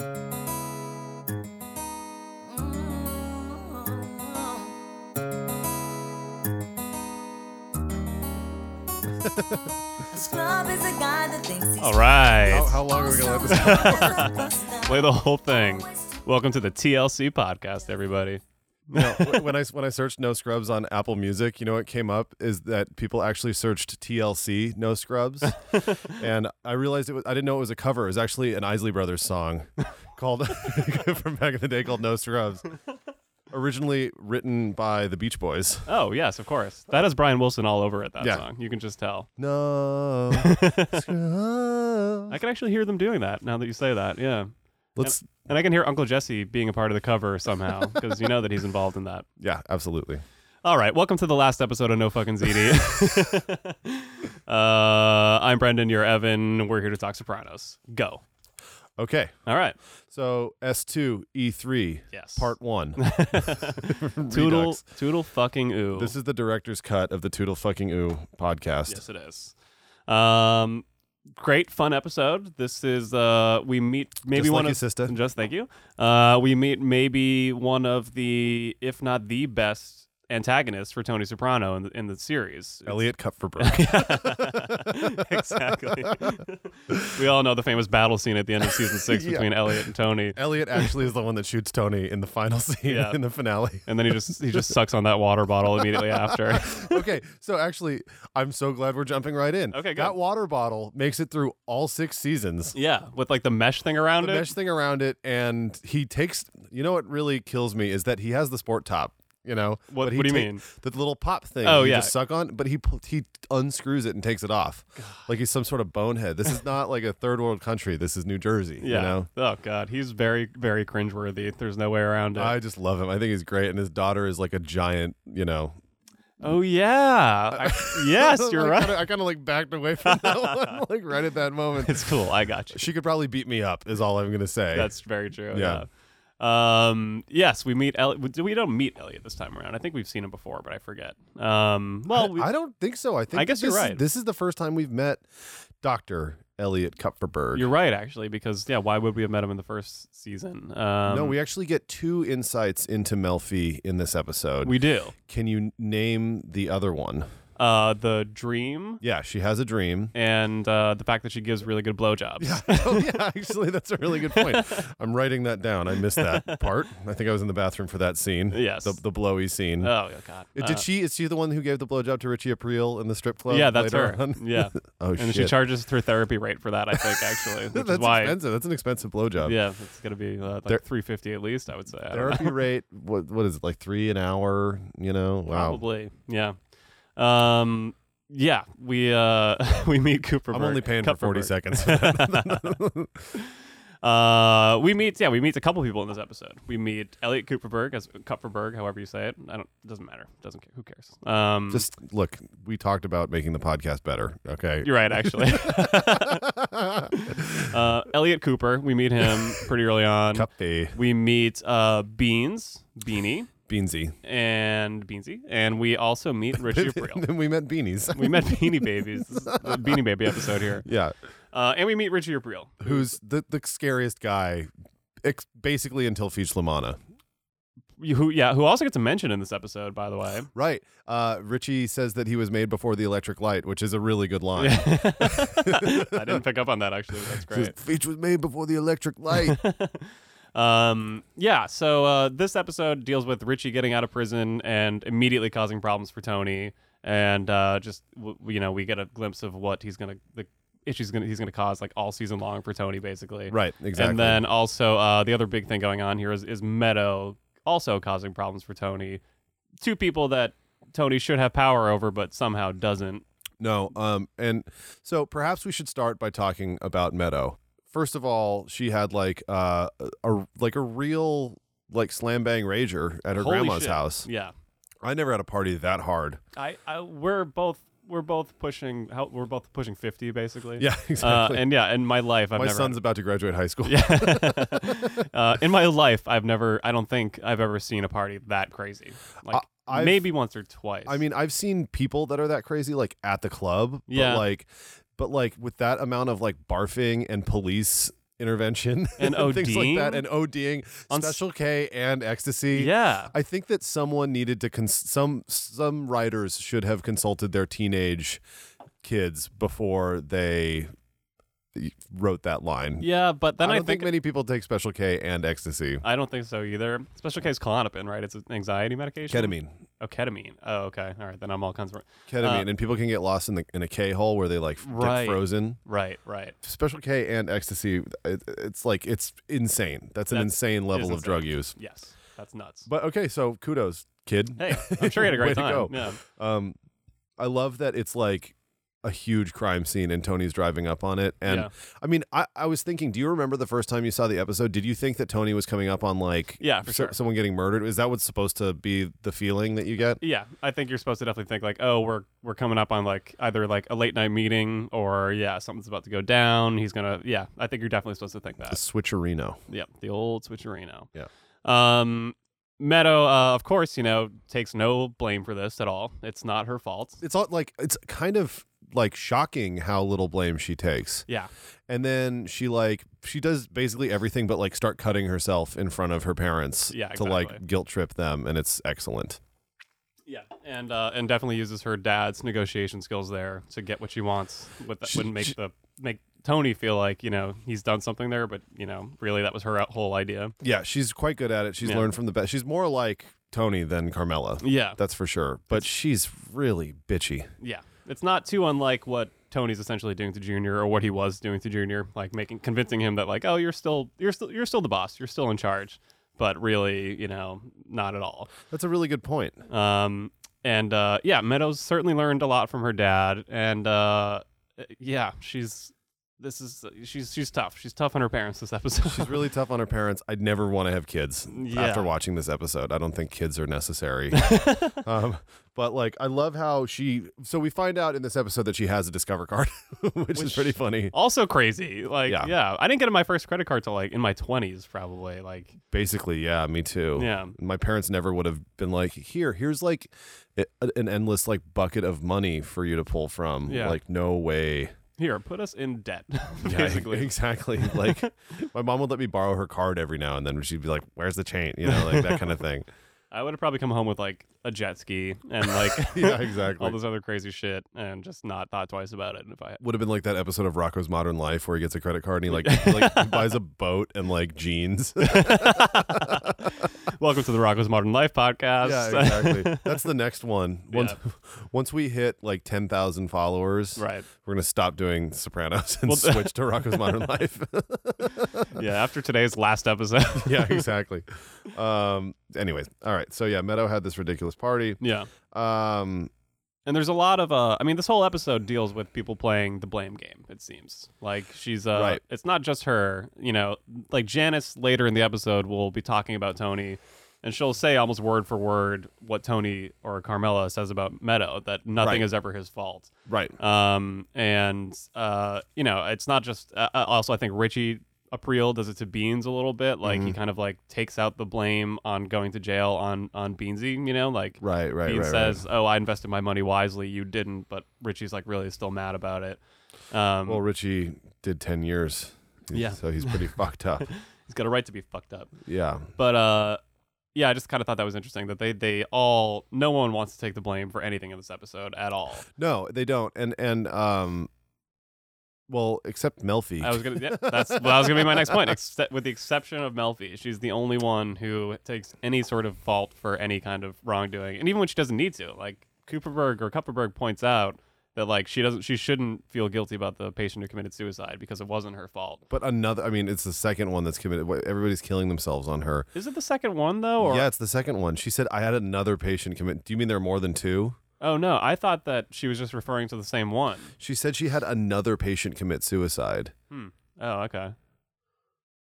Mm-hmm. A scrub is a guy that thinks he's All right. How, how long are we gonna Oh, let this? Happen? this Play the whole thing. Welcome to the TLC podcast, everybody. No, wh- when I when I searched No Scrubs on Apple Music, you know what came up is that people actually searched TLC No Scrubs, and I realized it was I didn't know it was a cover. It was actually an Isley Brothers song called from back in the day called No Scrubs, originally written by the Beach Boys. Oh, yes, of course. That has Brian Wilson all over it, that Yeah. song. You can just tell. No Scrubs. I can actually hear them doing that now that you say that. Yeah. Let's And I can hear Uncle Jesse being a part of the cover somehow because you know that he's involved in that. yeah, absolutely. All right. Welcome to the last episode of No Fucking ZD. uh, I'm Brendan. You're Evan. We're here to talk Sopranos. Go. Okay, All right. so S two E three Yes. part one. Toodle, Redux. toodle fucking ooh. This is the director's cut of the Toodle Fucking Ooh podcast. Yes, it is. Um, great fun episode. This is uh, we meet maybe Just one like your of sister. Just thank you. Uh, we meet maybe one of the, if not the best antagonists for Tony Soprano in the, in the series. Elliot Cupferbrook. exactly. we all know the famous battle scene at the end of season six Yeah. between Elliot and Tony. Elliot actually is the one that shoots Tony in the final scene Yeah. in the finale. And then he just he just sucks on that water bottle immediately after. okay, so actually, I'm so glad we're jumping right in. Okay, good. That water bottle makes it through all six seasons. yeah, with like the mesh thing around The it. mesh thing around it, and he takes. You know what really kills me is that he has the sport top. You know What- But he what do you take- mean? The little pop thing. Oh, you yeah. just suck on, but he pu- he unscrews it and takes it off, like he's some sort of bonehead. This is not like a third world country. This is New Jersey. yeah. You know. Oh god, he's very very cringeworthy. There's no way around it. I just love him. I think he's great, and his daughter is like a giant. You know. Oh yeah. I- yes, you're I right. Kinda, I kind of like backed away from that one, like right at that moment. It's cool. I got you. She could probably beat me up. Is all I'm gonna say. That's very true. Yeah. Yeah. Um. Yes, we meet Elliot. We don't meet Elliot this time around. I think we've seen him before, but I forget. Um. Well, we, I don't think so. I think I guess that you're this is- right. This is the first time we've met Doctor Elliot Kupferberg. you're right actually, because yeah, why would we have met him in the first season? Um, no, we actually get two insights into Melfi in this episode. we do. Can you name the other one? Uh, the dream Yeah, she has a dream. and uh, the fact that she gives really good blowjobs. oh yeah, actually, that's a really good point. I'm writing that down. I missed that part. I think I was in the bathroom for that scene. Yes. the, the blowy scene. Oh yeah, God. Uh, Did she? Is she the one who gave the blowjob to Richie April in the strip Uh, club? yeah, that's later her. on? Yeah. Oh and shit. she charges her therapy rate for that. I think actually, which that's is why. expensive. That's an expensive blowjob. Yeah, it's gonna be uh, like There- 350 at least. I would say. I don't know. Therapy rate. What? What is it? Like three an hour? You know? Wow. Probably. Yeah. Um yeah, we uh we meet Cooper. I'm Berg- only paying for 40 Kupferberg. seconds. for that. Uh we meet yeah, we meet a couple people in this episode. We meet Elliot Cooperberg as Kupferberg, however you say it. I don't doesn't matter. Doesn't care. Who cares? Um Just look. We talked about making the podcast better. Okay. you're right actually. uh Elliot Cooper, we meet him pretty early on. Cuppy, we meet uh Beans, Beanie, Beansy. and Beansy, and we also meet Richie April. then we met beanies. We met Beanie Babies. This is the Beanie Baby episode here. yeah. Uh, and we meet Richie April. Who's the the scariest guy? Ex- basically until Feach Lamana. who yeah who also gets a mention in this episode by the way Right. Uh, Richie says that he was made before the electric light, which is a really good line. i didn't pick up on that actually but that's great Feach was made before the electric light. um yeah so uh this episode deals with richie getting out of prison and immediately causing problems for tony and uh just w- you know we get a glimpse of what he's gonna the issues gonna he's gonna cause like all season long for tony basically right, exactly. and then also uh the other big thing going on here is is meadow also causing problems for tony two people that tony should have power over but somehow doesn't no, um, and so perhaps we should start by talking about Meadow. First of all, she had like uh, a like a real like slam bang rager at her Holy grandma's shit. house. yeah I never had a party that hard. I, I we're both we're both pushing how we're both pushing 50 basically. Yeah, exactly. Uh, and yeah, in my life I've My never son's about to graduate high school. uh, in my life I've never I don't think I've ever seen a party that crazy. Like I- I've- maybe once or twice. I mean, I've seen people that are that crazy, like at the club. Yeah. But like, but like with that amount of like barfing and police intervention And things like that, ODing? and ODing, On s- special K and ecstasy. yeah. I think that someone needed to cons- some some writers should have consulted their teenage kids before they wrote that line. Yeah, but then I I, don't think, many people take Special K and ecstasy. I don't think so either. Special case Klonopin, right? It's an anxiety medication. Ketamine, Oh, ketamine. Oh, okay. All right. Then I'm all kinds of ketamine, and people can get lost in the in a K hole where they like f- Uh, Right. get frozen. right, right. Special K and ecstasy, it, it's like it's insane. That's an That insane level is of drug insane. use. Yes, that's nuts. But okay, so kudos, kid. hey, I'm sure you had a Way great to time. go. Yeah. Um, I love that it's like a huge crime scene and Tony's driving up on it. And Yeah. I mean, I, I was thinking, do you remember the first time you saw the episode? Did you think that Tony was coming up on like Yeah, for so- sure. someone getting murdered? Is that what's supposed to be the feeling that you get? Yeah, I think you're supposed to definitely think like, oh, we're we're coming up on like either like a late night meeting or yeah, something's about to go down. He's gonna yeah. I think you're definitely supposed to think The that. switcherino. Yeah, the old switcherino. Yeah. Um, Meadow, uh, of course, you know, takes no blame for this at all. It's not her fault. It's all like it's kind of like shocking how little blame she takes. Yeah. And then she like she does basically everything but like start cutting herself in front of her parents Yeah, to like exactly. guilt trip them and it's excellent. Yeah, and uh, and definitely uses her dad's negotiation skills there to get what she wants. What that She- would make she- the make Tony feel like you know he's done something there, but you know really that was her whole idea. Yeah, she's quite good at it. She's Yeah. learned from the best. She's more like Tony than Carmela. Yeah, That's for sure. But she's really bitchy. yeah. It's not too unlike what Tony's essentially doing to Junior or what he was doing to Junior, like making convincing him that like oh you're still you're still you're still the boss, you're still in charge, but really you know not at all. That's a really good point. Um, and uh, yeah, Meadows certainly learned a lot from her dad. And uh, yeah, she's this is she's she's tough. She's tough on her parents this episode. She's really tough on her parents. I'd never want to have kids Yeah. after watching this episode. I don't think kids are necessary. um, but like, I love how she. So we find out in this episode that she has a Discover card, which, is Which- pretty funny. also crazy. Like Yeah. yeah. I didn't get my first credit card till like in my twenties probably. Like Basically, yeah, me too. yeah. My parents never would have been like, here, here's like a, an endless like bucket of money for you to pull from. Yeah. Like, no way. Here, put us in debt. Yeah, basically. exactly. Like my mom would let me borrow her card every now and then. She'd be like, "Where's the chain?" You know, like that kind of thing. I would have probably come home with like a jet ski and like yeah, exactly. all this other crazy shit and just not thought twice about it if I would have been like that episode of Rocco's Modern Life where he gets a credit card and he like, he, like he buys a boat and like jeans. Welcome to the Rocko's Modern Life podcast. exactly. That's the next one. Once Yeah. once we hit like ten thousand followers, right. we're gonna stop doing Sopranos and Well, switch to Rocco's Modern Life. Yeah, after today's last episode. yeah, exactly. Um. Anyways, all right. So yeah, Meadow had this ridiculous party. yeah. Um. And there's a lot of uh I mean this whole episode deals with people playing the blame game, it seems. Like she's uh Right. it's not just her, you know, like Janice later in the episode will be talking about Tony and she'll say almost word for word what Tony or Carmela says about Meadow that nothing Right. is ever his fault. Right. Um and uh you know, it's not just uh, uh, also I think Richie April does it to Beans a little bit. Like Mm-hmm. he kind of like takes out the blame on going to jail on on Beansy, you know, like Right. Right. Bean right. right. says, "Oh, I invested my money wisely. You didn't." But Richie's like really still mad about it. Um, Well, Richie did 10 years. Yeah. So he's pretty fucked up. he's got a right to be fucked up. Yeah. But uh, yeah, I just kind of thought that was interesting that they they all no one wants to take the blame for anything in this episode at all. No, they don't. And, and, um, well, except Melfi. I was gonna yeah, that's well, that was gonna be my next point. Except with the exception of Melfi, she's the only one who takes any sort of fault for any kind of wrongdoing, and even when she doesn't need to. Like Cooperberg or Kupperberg points out that like she doesn't she shouldn't feel guilty about the patient who committed suicide because it wasn't her fault. but another, I mean, it's the second one that's committed. wh- Everybody's killing themselves on her. Is it the second one though? Or yeah, it's the second one. She said, I had another patient commit. Do you mean there are more than two? oh no, I thought that she was just referring to the same one. She said she had another patient commit suicide. Hmm. Oh, okay.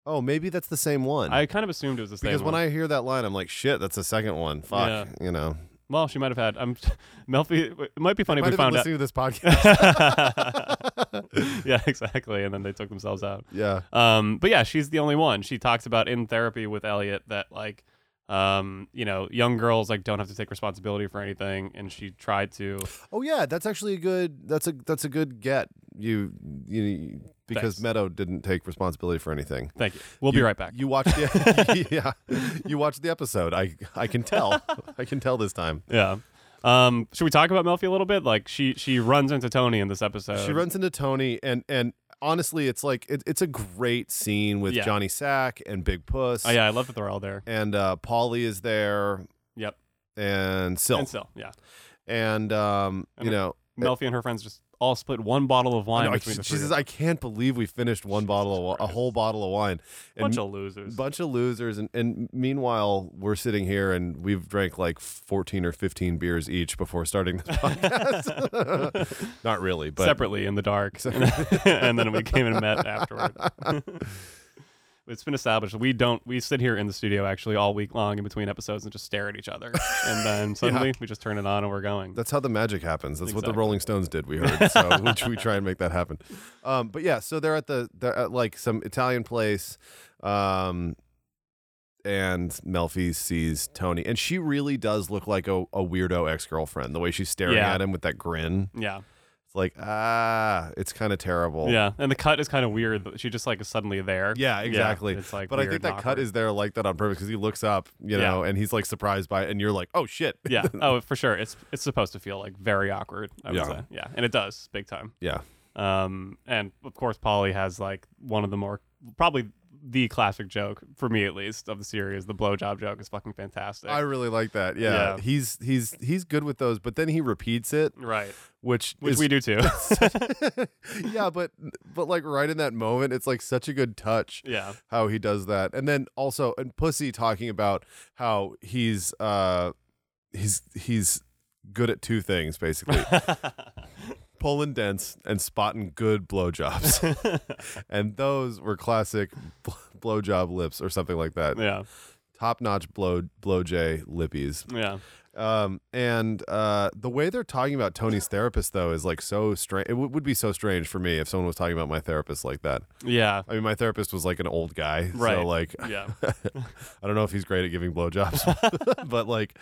Oh, maybe that's the same one. I kind of assumed it was the same because when one. I hear that line, I'm like, shit, that's the second one. Fuck. Yeah. You know, well, she might have had. I'm. Melfi. It might be funny might if we have been found out. listening to this podcast. yeah, exactly. And then they took themselves out. yeah. Um, but yeah, she's the only one. She talks about in therapy with Elliot that like, um, you know, young girls like don't have to take responsibility for anything, and she tried to. Oh yeah, that's actually a good. That's a that's a good get. You you because Thanks. Meadow didn't take responsibility for anything. Thank you. We'll be You- right back. You watched the yeah. You watched the episode. I I can tell. I can tell this time. Yeah. Um, should we talk about Melfi a little bit? Like she she runs into Tony in this episode. She runs into Tony, and and honestly, it's like it, it's a great scene with Yeah. Johnny Sack and Big Puss. Oh yeah, I love that they're all there. And uh, Polly is there, Yep. and Silk, And and, still, yeah. um, Okay. you know, Melfi and her friends just all split one bottle of wine no, I- between she the she three. says, of them. "I can't believe we finished one bottle, of, wi- a Christ. whole bottle of wine." And bunch of losers. bunch of losers and, and meanwhile we're sitting here and we've drank like 14 or 15 beers each before starting this podcast not really but separately in the dark, and then we came and met afterward. it's been established we don't we sit here in the studio actually all week long in between episodes and just stare at each other, and then suddenly we just turn it on and we're going. that's how the magic happens that's what the Exactly. rolling stones did we heard so which we try and make that happen um, but yeah so they're at the they're at like some italian place um, and melfi sees tony and she really does look like a, a weirdo ex-girlfriend the way she's staring Yeah. at him with that grin yeah, it's like ah it's kind of terrible yeah, and the cut is kind of weird. that She just like is suddenly there. Yeah, exactly. it's like, but I weird think and that cut awkward. is there like that on purpose because he looks up, you Yeah. know, and he's like surprised by it, and you're like, oh shit. yeah. Oh, for sure. It's it's supposed to feel like very awkward. I would Yeah. say. Yeah, and it does big time. Yeah. Um, and of course, Polly has like one of the more probably the classic joke for me at least of the series. The blowjob joke is fucking fantastic. I really like that. Yeah. Yeah. He's he's he's good with those, but then he repeats it, right, which which is, we do too. yeah, but but like right in that moment, it's like such a good touch yeah, how he does that. And then also and Pussy talking about how he's uh he's he's good at two things basically. Pulling dents and spotting good blowjobs. and those were classic bl- blowjob lips or something like that. yeah, Top notch blow blow J lippies. yeah. Um, and uh, the way they're talking about Tony's therapist though is like so strange. It w- would be so strange for me if someone was talking about my therapist like that. Yeah. I mean, my therapist was like an old guy, Right. so like Yeah. I don't know if he's great at giving blowjobs, but like,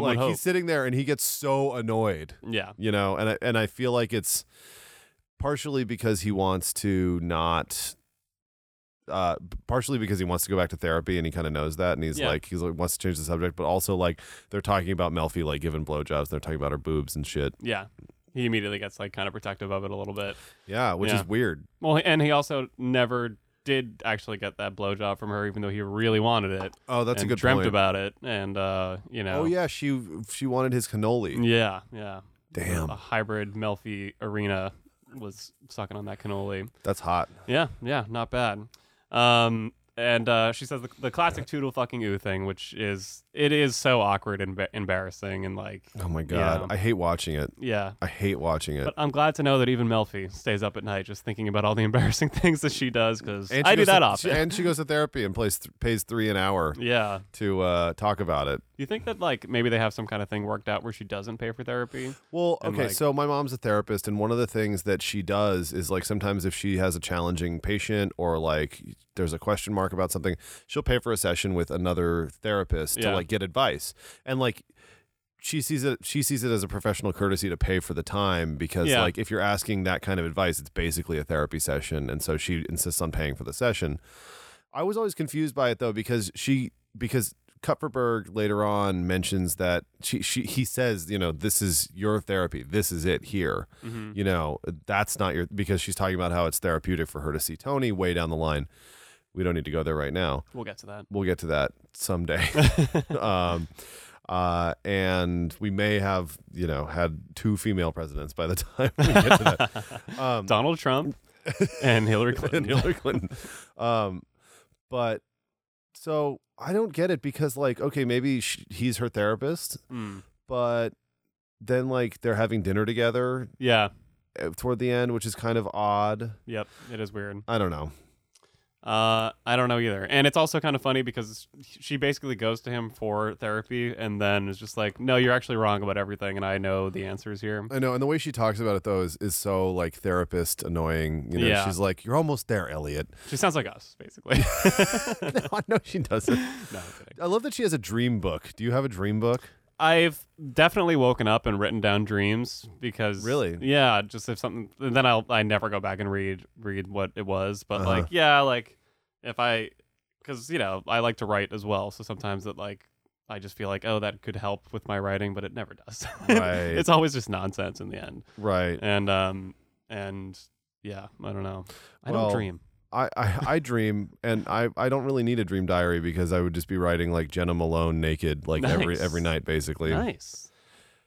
One would like hope. he's sitting there and he gets so annoyed Yeah. you know and I, and I feel like it's partially because he wants to not uh partially because he wants to go back to therapy and he kind of knows that and he's Yeah. like he's like wants to change the subject but also like they're talking about Melfi like giving blowjobs and they're talking about her boobs and shit Yeah. He immediately gets like kind of protective of it a little bit. yeah which Yeah. is weird Well, and he also never did actually get that blowjob from her, even though he really wanted it. oh that's and a good dreamt point. about it, and uh, you know. oh yeah she she wanted his cannoli Yeah. Yeah. damn A hybrid Melfi arena was sucking on that cannoli. that's hot Yeah, yeah, not bad. Um, and uh, she says the, the classic toodle fucking oo thing, which is it is so awkward and emba- embarrassing and like oh my god Yeah. I hate watching it yeah. I hate watching it But I'm glad to know that even Melfi stays up at night just thinking about all the embarrassing things that she does because And I she do goes to- that often. she- and she goes to therapy and plays th- pays three an hour yeah. to uh talk about it Do you think that like maybe they have some kind of thing worked out where she doesn't pay for therapy? Well, and, okay, like- so my mom's a therapist, and one of the things that she does is like sometimes if she has a challenging patient or like there's a question mark about something, she'll pay for a session with another therapist Yeah. to like get advice. And like she sees it she sees it as a professional courtesy to pay for the time because Yeah. like if you're asking that kind of advice, it's basically a therapy session. And so she insists on paying for the session. I was always confused by it though because she because Kupferberg later on mentions that she, she he says you know this is your therapy this is it here Mm-hmm. you know that's not your because she's talking about how it's therapeutic for her to see Tony way down the line we don't need to go there right now We'll get to that. we'll get to that someday um uh and we may have you know had two female presidents by the time we get to that Donald Trump and Hillary Clinton. and Hillary Clinton. Um, but so I don't get it because, like, okay, maybe sh he's her therapist, Mm. but then like they're having dinner together Yeah. uh, toward the end, which is kind of odd. Yep. It is weird. I don't know. Uh, I don't know either. And it's also kind of funny because she basically goes to him for therapy and then is just like, no, you're actually wrong about everything, and I know the answers here. I know, and the way she talks about it though is is so like therapist annoying. You know, Yeah. she's like, "You're almost there, Elliot." She sounds like us, basically. no, I know she doesn't. No, I'm kidding. I love that she has a dream book. Do you have a dream book? I've definitely woken up and written down dreams because Really? yeah, just if something, and then I'll I never go back and read read what it was, but Uh-huh. like yeah, like if I because you know I like to write as well, so sometimes it like I just feel like, oh, that could help with my writing, but it never does. Right. it's always just nonsense in the end. Right. And um and yeah, I don't know. I Well, don't dream. I, I, I dream and I, I don't really need a dream diary because I would just be writing like Jenna Malone naked like every Nice. every night basically. Nice.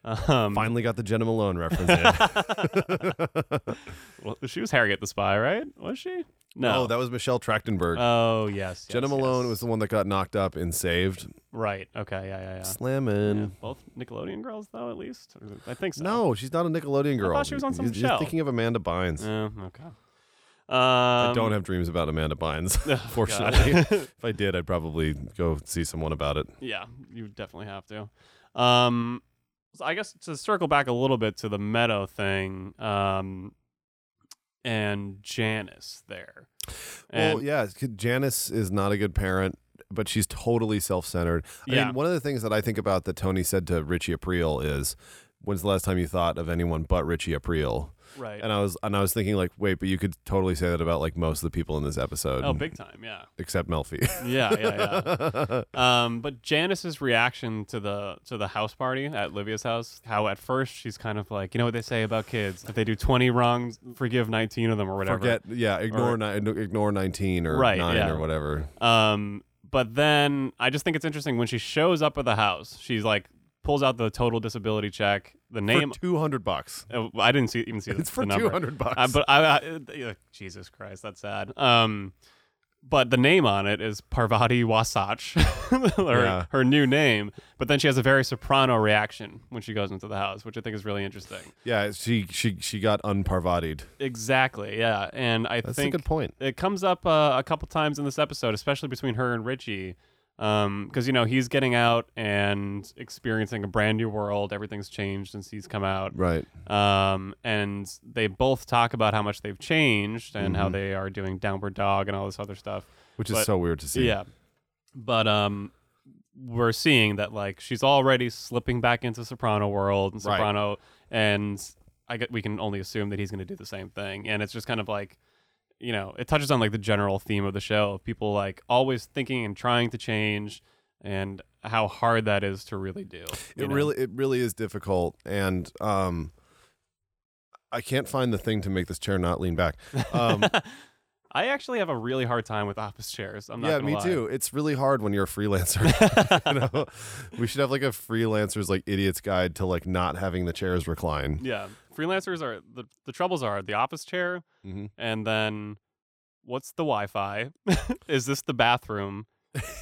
Um Finally got the Jenna Malone reference in. well, she was Harriet the Spy, right? Was she? No. Oh, that was Michelle Trachtenberg. Oh, yes. Jenna yes, Malone yes. was the one that got knocked up and saved. right. Okay, yeah, yeah, yeah. Slammin'. Yeah, both Nickelodeon girls, though, at least? Or- I think so. No, she's not a Nickelodeon girl. she was on some You're- show. You're thinking of Amanda Bynes. Oh, okay. Um, I don't have dreams about Amanda Bynes, oh, fortunately. if I did, I'd probably go see someone about it. Yeah, you definitely have to. Um, so I guess to circle back a little bit to the Meadow thing, um, and Janice there. And- well, yeah, 'cause Janice is not a good parent, but she's totally self-centered. I Yeah. mean, one of the things that I think about that Tony said to Richie Aprile is, "When's the last time you thought of anyone but Richie Aprile?" right. And I was and I was thinking like, wait, but you could totally say that about like most of the people in this episode, oh, big time. Yeah. except Melfi. Yeah, yeah, yeah. um, but Janice's reaction to the to the house party at Livia's house, how at first she's kind of like, you know what they say about kids, if they do twenty wrongs, forgive nineteen of them or whatever. Forget, yeah, ignore Or- ni- ignore nineteen or Right, nine yeah. or whatever. Um, but then I just think it's interesting when she shows up at the house, she's like pulls out the total disability check, the name. for two hundred bucks. Uh, I didn't see even see the, It's for the number. two hundred bucks. Uh, but I, I uh, Jesus Christ, that's sad. Um, but the name on it is Parvati Wasach, her, Yeah. her new name. But then she has a very soprano reaction when she goes into the house, which I think is really interesting. yeah, she she she got unparvatied. Exactly, yeah. And I That's a think good point. it comes up uh, a couple times in this episode, especially between her and Richie. Because, you know, he's getting out and experiencing a brand new world. Everything's changed since he's come out. Right. um, and they both talk about how much they've changed and Mm-hmm. how they are doing downward dog and all this other stuff. Which is But- so weird to see. Yeah, but um, we're seeing that like she's already slipping back into soprano world and Right. soprano, and I get we can only assume that he's going to do the same thing. And it's just kind of like, you know, it touches on like the general theme of the show of people like always thinking and trying to change and how hard that is to really do. you It know? really it really is difficult and um I can't find the thing to make this chair not lean back. Um I actually have a really hard time with office chairs. I'm not yeah, gonna me lie. too. It's really hard when you're a freelancer. you know? We should have like a freelancer's like idiot's guide to like not having the chairs recline. Yeah, freelancers are the the troubles are the office chair, Mhm. and then what's the Wi-Fi? is this the bathroom?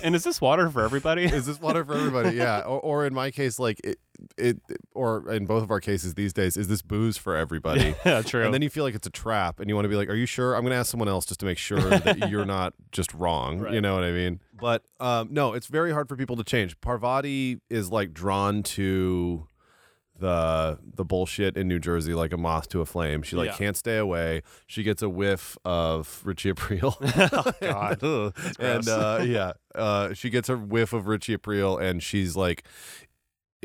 And is this water for everybody? Is this water for everybody? Yeah. Or, or in my case, like it, it, or in both of our cases these days, is this booze for everybody? yeah, true. And then you feel like it's a trap, and you want to be like, "Are you sure?" I'm going to ask someone else just to make sure that you're not just wrong. You Right. know what I mean? But um, no, it's very hard for people to change. Parvati is like drawn to the the bullshit in New Jersey like a moth to a flame. She like Yeah. can't stay away. She gets a whiff of Richie Aprile. Oh, God. Ugh. and gross. uh, yeah, uh, she gets a whiff of Richie Aprile, and she's like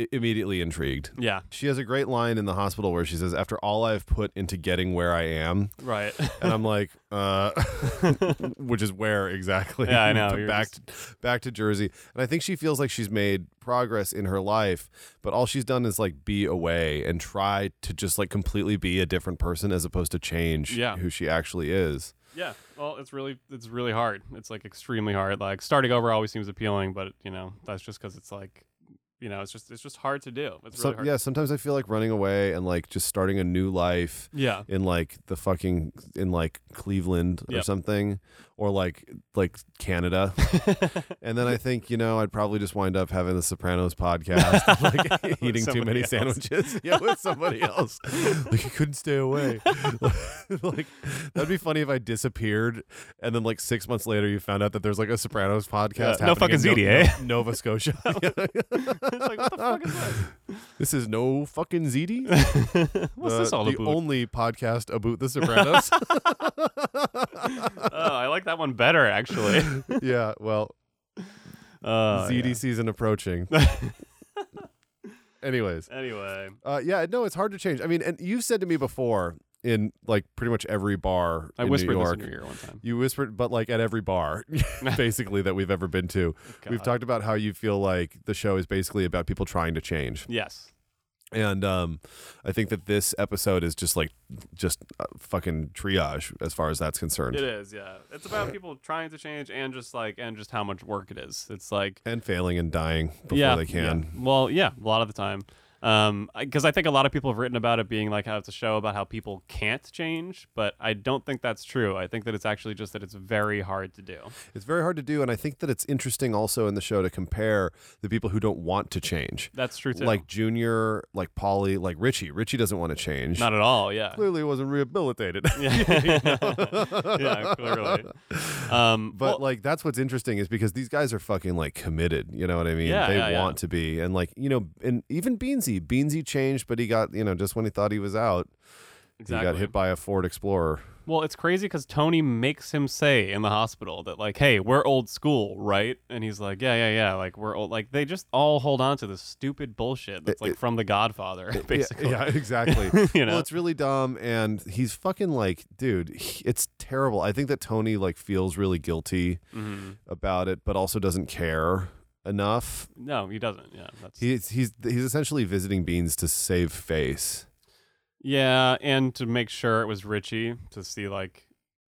i- immediately intrigued. yeah, She has a great line in the hospital where she says, "After all I've put into getting where I am," right. and I'm like, "Uh," which is where exactly? Yeah, I know, To- you're back, to, back to Jersey, and I think she feels like she's made progress in her life, but all she's done is like be away and try to just like completely be a different person as opposed to change Yeah. who she actually is. yeah. Well, it's really it's really hard. It's like extremely hard. Like starting over always seems appealing, but you know that's just because it's like, you know, it's just it's just hard to do. It's So really hard. yeah, sometimes I feel like running away and like just starting a new life Yeah. in like the fucking in like Cleveland or Yep. something or like like Canada. and then I think, you know, I'd probably just wind up having the Sopranos podcast like eating too somebody many else. sandwiches yeah with somebody else. like you couldn't stay away. like that'd be funny if I disappeared and then like 6 months later you found out that there's like a Sopranos podcast Yeah, no happening in fucking eh? No- ZDA. No- Nova Scotia. it's like what the fuck is this? This is no fucking ZD. What's the, this all the about? only podcast about The Sopranos. oh, I like that one better actually. yeah, well, Uh, ZD season approaching. Anyways, yeah. Anyway, uh, yeah, no, it's hard to change. I mean, and you've said to me before in like pretty much every bar I in whispered New this York. in your ear one time. You whispered, but like at every bar, basically that we've ever been to. We've God. talked about how you feel like the show is basically about people trying to change, Yes. and um, I think that this episode is just like just uh, fucking triage as far as that's concerned, It is, yeah. It's about people trying to change and just like and just how much work it is. It's like and failing and dying before yeah, they can. yeah. Well, yeah, a lot of the time. Um, because I, think a lot of people have written about it being like how it's a show about how people can't change, but I don't think that's true. I think that it's actually just that it's very hard to do. It's very hard to do, and I think that it's interesting also in the show to compare the people who don't want to change, That's true too. like Junior, like Polly, like Richie. Richie doesn't want to change. not at all. Yeah. Clearly, wasn't rehabilitated. yeah. yeah. Clearly. Um, But well- like that's what's interesting is because these guys are fucking like committed, you know what I mean? Yeah, they yeah, yeah. want to be. And like, you know, and even Beansy, Beansy changed, but he got, you know, just when he thought he was out, he got Exactly. hit by a Ford Explorer. Well, it's crazy because Tony makes him say in the hospital that like, "Hey, we're old school, right?" And he's like, "Yeah, yeah, yeah." Like we're old. Like they just all hold on to this stupid bullshit that's like from The Godfather, Yeah, basically. Yeah, exactly. You know? Well, it's really dumb, and he's fucking like, dude, he- it's terrible. I think that Tony like feels really guilty Mhm. about it, but also doesn't care enough. No, he doesn't. Yeah, that's He's he's he's essentially visiting Beans to save face. yeah, and to make sure it was Richie to see like,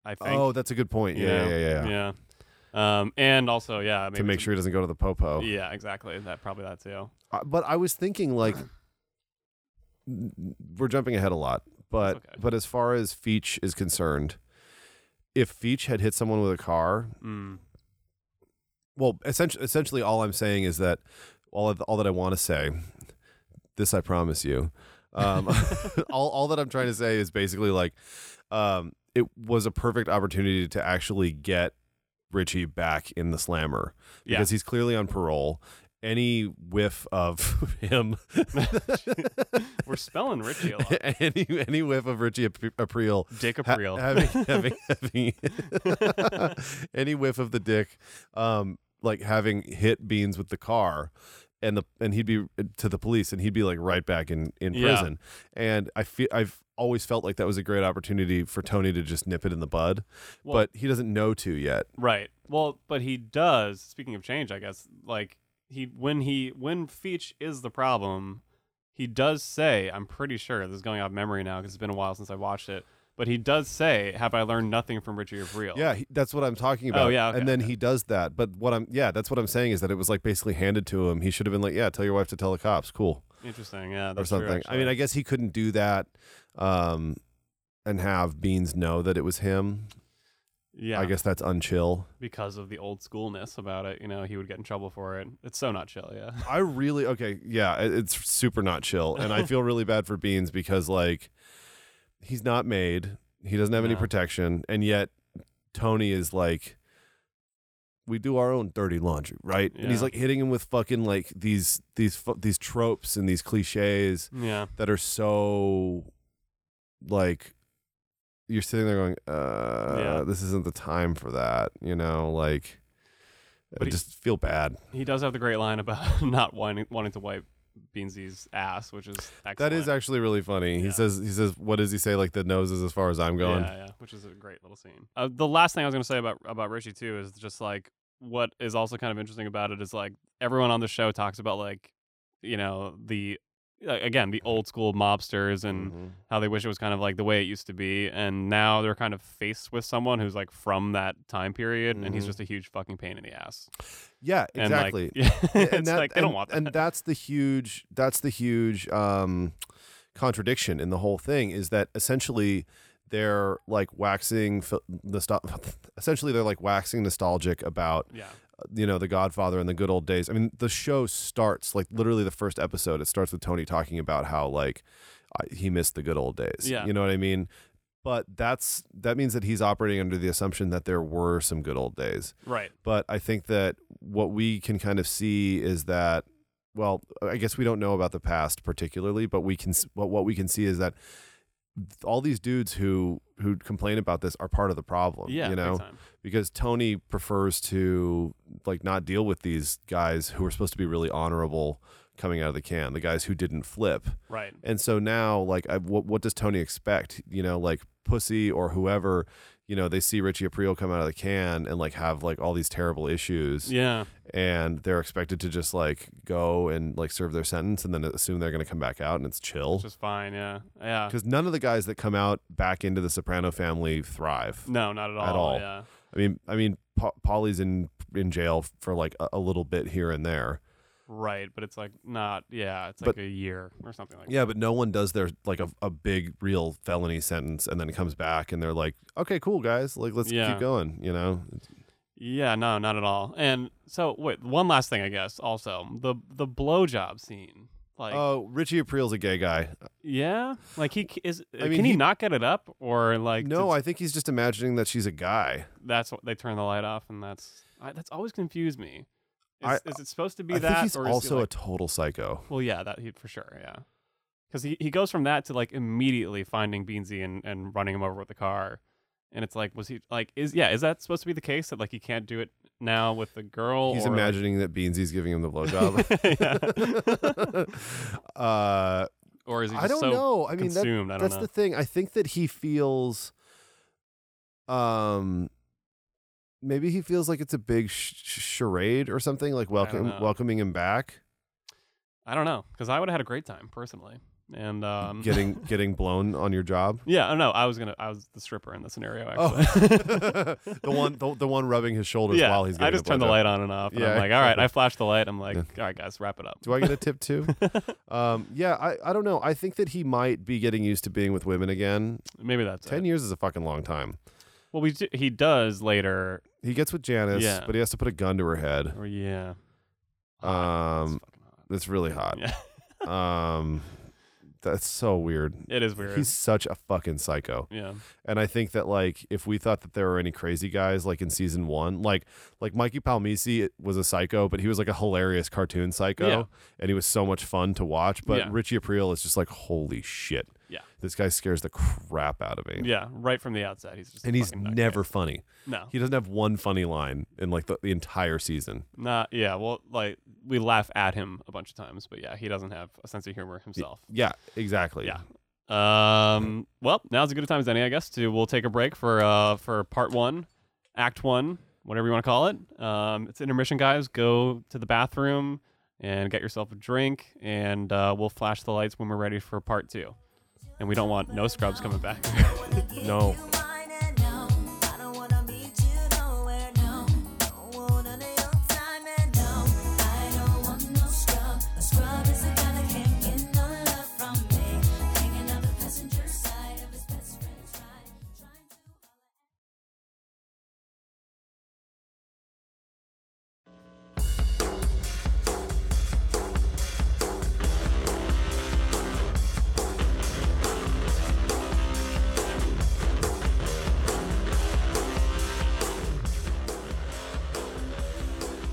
I think. Oh, that's a good point. you Yeah, know? yeah, yeah, yeah. Yeah. Um, and also, yeah, maybe To make sure he doesn't go to the popo. Yeah, exactly. That probably that too. Uh, but I was thinking like we're jumping ahead a lot, but okay. but as far as Feach is concerned, if Feach had hit someone with a car, Mm. well, essentially, essentially, all I'm saying is that all of, all that I want to say, this I promise you, um, all all that I'm trying to say is basically like, um, it was a perfect opportunity to actually get Richie back in the slammer Yeah. because he's clearly on parole. Any whiff of him, We're spelling Richie a lot. any any whiff of Richie Ap- Aprile Dick Ha- April. having, having, having any whiff of the dick, um, like having hit Beans with the car, and the and he'd be uh, to the police, and he'd be like right back in in Yeah. prison. And I feel I've always felt like that was a great opportunity for Tony to just nip it in the bud, Well- but he doesn't know to yet. Right. Well, but he does. Speaking of change, I guess like he when he when Feach is the problem, he does say. I'm pretty sure this is going off memory now because it's been a while since I watched it. But he does say, "Have I learned nothing from Richie of Real?" Yeah, he, that's what I'm talking about. Oh, yeah, okay, and then okay. he does that. But what I'm yeah, that's what I'm saying is that it was like basically handed to him. He should have been like, yeah, tell your wife to tell the cops. Cool. Interesting. Yeah. or That's true, something. I mean, I actually. guess he couldn't do that um, and have Beans know that it was him. yeah. I guess that's unchill. because of the old schoolness about it, you know, he would get in trouble for it. It's so not chill. Yeah. I really okay, yeah, it- it's super not chill, and I feel really bad for Beans because like he's not made, he doesn't have any No. protection, and yet Tony is like. We do our own dirty laundry, right? And he's Yeah. like hitting him with fucking like these these fu- these tropes and these cliches Yeah. that are so like you're sitting there going, uh, Yeah. this isn't the time for that, you know, like I But he- just feel bad. He does have the great line about not wanting wanting to wipe Beansy's ass, which is excellent. That is actually really funny. He Yeah. says he says what does he say like the nose is as far as I'm going. Yeah, yeah, which is a great little scene. Uh, the last thing I was going to say about about Richie too is just like what is also kind of interesting about it is like everyone on the show talks about like you know the uh, again the old school mobsters and Mhm. how they wish it was kind of like the way it used to be and now they're kind of faced with someone who's like from that time period and he's Mhm. just a huge fucking pain in the ass. Yeah, And, like, exactly. yeah, it's that- like they and, don't want that. And that's the huge that's the huge um contradiction in the whole thing is that essentially they're like waxing fil- nostal- essentially they're like waxing nostalgic about yeah. you know, The Godfather and the good old days. I mean, the show starts like literally the first episode. It starts with Tony talking about how like I, he missed the good old days. Yeah. you know what I mean. But that's that means that he's operating under the assumption that there were some good old days. Right. But I think that what we can kind of see is that well, I guess we don't know about the past particularly, but we can s- but what we can see is that all these dudes who who complain about this are part of the problem. Yeah. you big know, time. because Tony prefers to like not deal with these guys who are supposed to be really honorable coming out of the can, the guys who didn't flip. Right. And so now, like, I, what, what does Tony expect? You know, like Pussy or whoever, you know, they see Richie Aprile come out of the can and like have like all these terrible issues. Yeah. And they're expected to just like go and like serve their sentence and then assume they're going to come back out and it's chill. Just fine. Yeah. Yeah. Because none of the guys that come out back into the Soprano family thrive. No, not at all. At all. Yeah. I mean, I mean, pa- Polly's in in jail for like a, a little bit here and there. Right. But it's like not. Yeah. It's But- like a year or something like. Yeah, but no one does their like a, a big real felony sentence and then comes back and they're like, okay, cool guys, like let's Yeah. keep going. You know, Yeah, no, not at all. And so, wait, one last thing, I guess. Also, the the blowjob scene. Like, oh, Richie Aprile's a gay guy. yeah, like he c- is. I mean, can he, he- not get it up, or like? no, does- I think he's just imagining that she's a guy. that's what they turn the light off, and that's I, that's always confused me. Is, I- is it supposed to be I that? think he's or is he, also like- a total psycho. well, yeah, that he, for sure, yeah. Because he, he goes from that to like immediately finding Beansy and, and running him over with the car, and it's like, was he like is yeah is that supposed to be the case that like he can't do it now with the girl? He's or, like- imagining that Beansy's giving him the blowjob. Yeah. uh, or is he just I don't so know. I mean, that, consumed? I don't that's know. the thing. I think that he feels, um, maybe he feels like it's a big sh- sh- charade or something, like welcome know. welcoming him back, I don't know because I would have had a great time personally. And um, getting getting blown on your job. yeah, oh no, I was gonna, I was the stripper in the scenario Oh, actually. the one the, the one rubbing his shoulders yeah, while he's. Getting I just a turned the blowjob. light on and off. And Yeah. I'm like, all right, I flashed the light. I'm like, Yeah. all right, guys, wrap it up. Do I get a tip too? um, yeah, I, I don't know. I think that he might be getting used to being with women again. Maybe that's Ten it. years is a fucking long time. Well, we do, he does later. He gets with Janice, Yeah. but he has to put a gun to her head. Or yeah, Hot. Um, It's fucking hot. that's really hot. um that's so weird yeah, it is weird. he's such a fucking psycho yeah, and i think that like if we thought that there were any crazy guys like in season one like like mikey palmisi was a psycho but he was like a hilarious cartoon psycho Yeah. and he was so much fun to watch but Yeah. richie aprile is just like holy shit Yeah. this guy scares the crap out of me yeah, right from the outset, he's just a and he's fucking nutcase. never funny no, he doesn't have one funny line in like the, the entire season not yeah. Well, like we laugh at him a bunch of times, but yeah, he doesn't have a sense of humor himself. yeah exactly Yeah. Um. Well, now's as good a time as any, I guess. To we'll take a break for uh for part one, act one, whatever you want to call it. Um, it's intermission, guys. Go to the bathroom and get yourself a drink, and uh, we'll flash the lights when we're ready for part two. And we don't want no scrubs coming back. No. Scrub is the guy that can't get no love from me. Hanging on the passenger side of his best friend's ride. Trying to.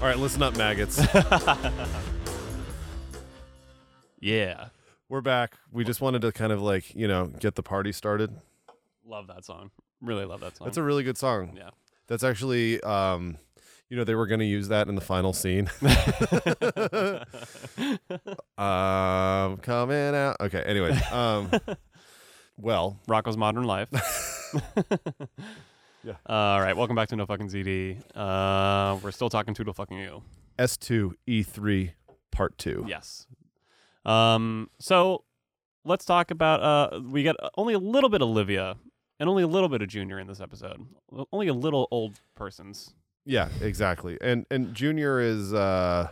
all right listen up maggots yeah, We're back. We just wanted to kind of like, you know, get the party started. love that song. Really love that song. That's a really good song. Mm-hmm. yeah. That's actually um you know, they were going to use that in the final scene. um coming out. Okay, anyway. Um well, Rocco's Modern Life. Yeah. All right. Welcome back to No Fucking ZD. Uh, we're still talking Toodle Fucking You. S2 E3 E part 2. Yes. Um. So let's talk about. Uh, we got only a little bit of Livia and only a little bit of Junior in this episode. O- Only a little old persons. Yeah, exactly. And and Junior is uh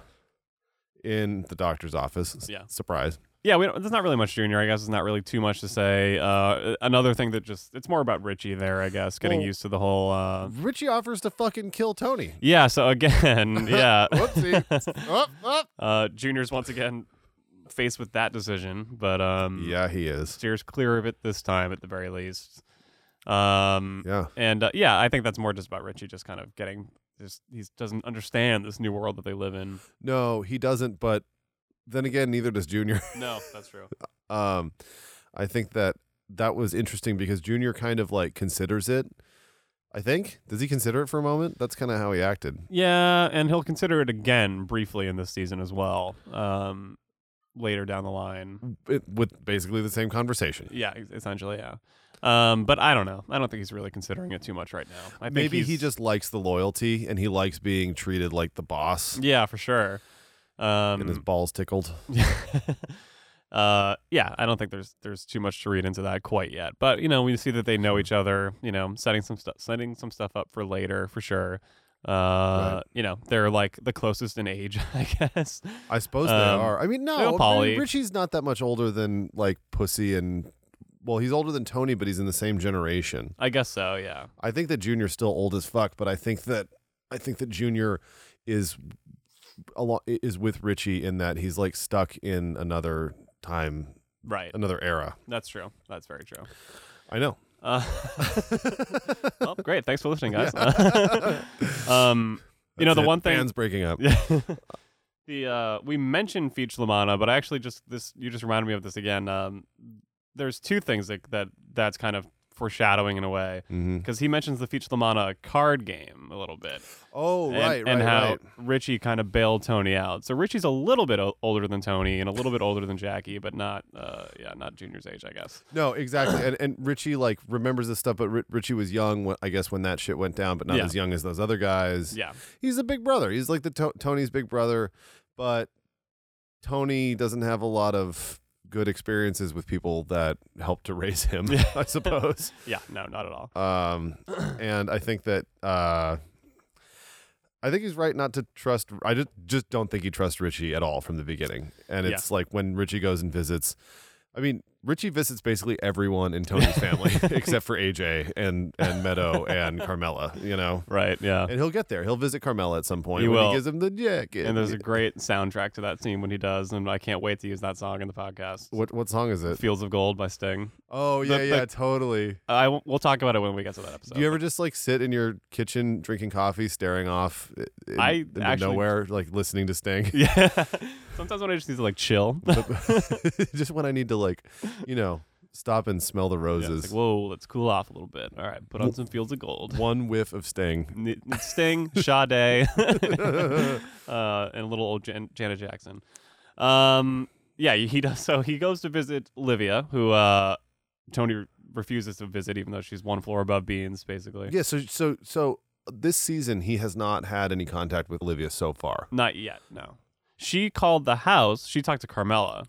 in the doctor's office. S- Yeah. Surprise. Yeah, we don't, there's not really much Junior. I guess there's not really too much to say. Uh, another thing that just it's more about Richie there. I guess getting Well- used to the whole. Uh, Richie offers to fucking kill Tony. Oh, yeah. So again, yeah. Whoopsie. up, up. Uh, Junior's once again faced with that decision, but um, Yeah, he is. steers clear of it this time at the very least. Um, Yeah. and uh, yeah, I think that's more just about Richie just kind of getting just he doesn't understand this new world that they live in. No, he doesn't. But then again, neither does Junior. No, that's true. Um, I think that that was interesting because Junior kind of like considers it. I think does he consider it for a moment? That's kind of how he acted. yeah, and he'll consider it again briefly in this season as well. Um, later down the line. it, with basically the same conversation. Yeah, ex- essentially, yeah. Um, but I don't know. I don't think he's really considering it too much right now. I think Maybe he he's- just likes the loyalty and he likes being treated like the boss yeah, for sure. Um, and his balls tickled. uh, yeah, I don't think there's there's too much to read into that quite yet. But you know, we see that they know each other. You know, setting some stuff setting some stuff up for later for sure. Uh, you know, they're like the closest in age, I guess. I suppose they Um, are. I mean, they're no, all Ri- poly. Richie's not that much older than like Pussy and well, he's older than Tony, but he's in the same generation. I guess so. Yeah. I think that Junior's still old as fuck, but I think that I think that Junior is a lot is with Richie in that he's like stuck in another time, Right. another era. That's true. That's very true. I know. Uh, well, great. Thanks for listening, guys. um, you know, That's the it. one thing band's breaking up. the uh, we mentioned Feach Lamana, but I actually just this you just reminded me of this again. Um, there's two things that, that that's kind of foreshadowing in a way Mhm. because he mentions the Feach Lamana card game a little bit Oh, and, right, right, and how right. Richie kind of bailed Tony out. So Richie's a little bit o- older than Tony and a little bit older than Jackie, but not uh, yeah, not Junior's age, I guess. No, exactly. And, and Richie like remembers this stuff, but Ri- Richie was young, when, I guess, when that shit went down, but not Yeah. as young as those other guys. Yeah, he's a big brother. He's like the to- Tony's big brother, but Tony doesn't have a lot of good experiences with people that helped to raise him, I suppose. yeah, no, not at all. Um, and I think that uh, I think he's right not to trust. I just just don't think he trusts Richie at all from the beginning. And Yeah. it's like when Richie goes and visits. I mean, Richie visits basically everyone in Tony's family except for AJ and and Meadow and Carmela. You know, Right. Yeah. and he'll get there. He'll visit Carmela at some point. He when will. He gives him the jacket. And there's a great soundtrack to that scene when he does, and I can't wait to use that song in the podcast. what what song is it? Fields of Gold by Sting. Oh yeah, the- yeah, totally. I w- we'll talk about it when we get to that episode. Do you ever just like sit in your kitchen drinking coffee, staring off i- in, I into actually- nowhere, like listening to Sting? yeah. Sometimes when I just need to like chill. Yeah, just when I need to like, you know, stop and smell the it's roses. like, whoa, let's cool off a little bit. All right, put on some Fields of Gold. One whiff of Sting. N- n- Sting, Sade, uh, and little old Jan- Janet Jackson. Um, yeah, he does. So he goes to visit Livia, who uh, Tony re- refuses to visit, even though she's one floor above Beans, basically. Yeah. So so so this season he has not had any contact with Olivia so far. Not yet, no. She called the house. She talked to Carmela,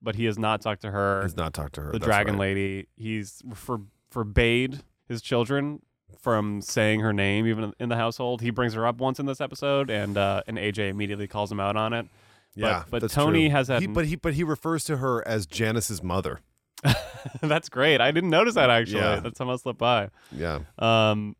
but he has not talked to her, Has not talked to her. the that's dragon right. lady. He's for, forbade his children from saying her name, even in the household. He brings her up once in this episode, and uh, and AJ immediately calls him out on it. But- Yeah, but that's Tony true. has had- He, but he but he refers to her as Janice's mother. That's great. I didn't notice that actually. Yeah. That's somehow slipped by. Yeah. Um,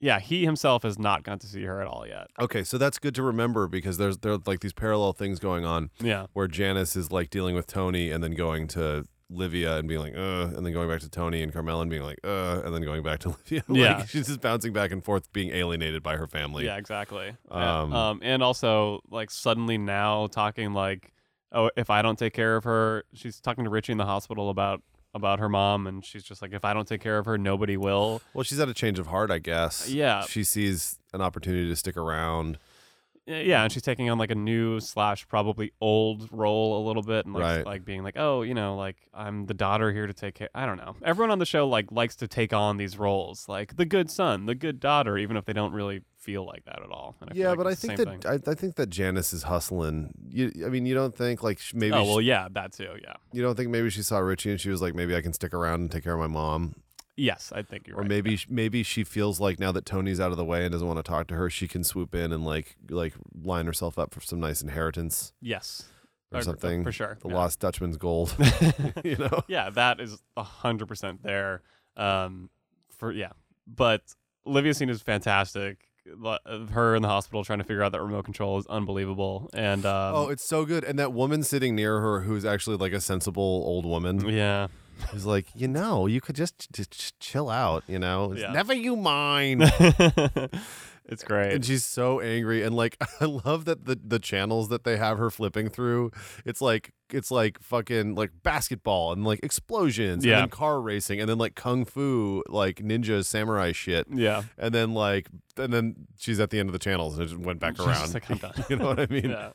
yeah, he himself has not gone to see her at all yet. Okay, so that's good to remember because there's there are like these parallel things going on Yeah, where Janice is like dealing with Tony and then going to Livia and being like, uh, and then going back to Tony and Carmela and being like, uh, and then going back to Livia. Like, Yeah. she's just bouncing back and forth, being alienated by her family. Yeah, exactly. Yeah. Um, Um, and also like suddenly now talking like, oh, if I don't take care of her, she's talking to Richie in the hospital about about her mom, and she's just like, if I don't take care of her, nobody will. Well, she's had a change of heart, I guess. Yeah. She sees an opportunity to stick around. Y- Uh, Yeah, and she's taking on like a new slash probably old role a little bit, and like s- Right. like being like, oh, you know, like I'm the daughter here to take care. I don't know. Everyone on the show like likes to take on these roles, like the good son, the good daughter, even if they don't really feel like that at all. And I feel yeah, like but I it's the think same that thing. I, I think that Janice is hustling. You, I mean, you don't think like sh- maybe oh sh- well, yeah, that too. Yeah. you don't think maybe she saw Richie and she was like, maybe I can stick around and take care of my mom. Yes, I think you're or right. maybe sh maybe she feels like now that Tony's out of the way and doesn't want to talk to her, she can swoop in and like like line herself up for some nice inheritance Yes. or Uh, something. For sure. The yeah. lost Dutchman's gold, you know. Yeah, that is 100% there. Um, for Yeah. But Livia's scene is fantastic. Lo- of Her in the hospital trying to figure out that remote control is unbelievable. And um, oh, it's so good. And that woman sitting near her, who's actually like a sensible old woman, yeah. is like, you know, you could just, just, just chill out, you know. It's Yeah. Never you mind. it's great. and she's so angry and like i love that the the channels that they have her flipping through it's like it's like fucking like basketball and like explosions Yeah. and then car racing and then like kung fu like ninja samurai shit yeah. and then like and then she's at the end of the channels and it just went back She's around just like, "I'm done." you know what i mean yeah.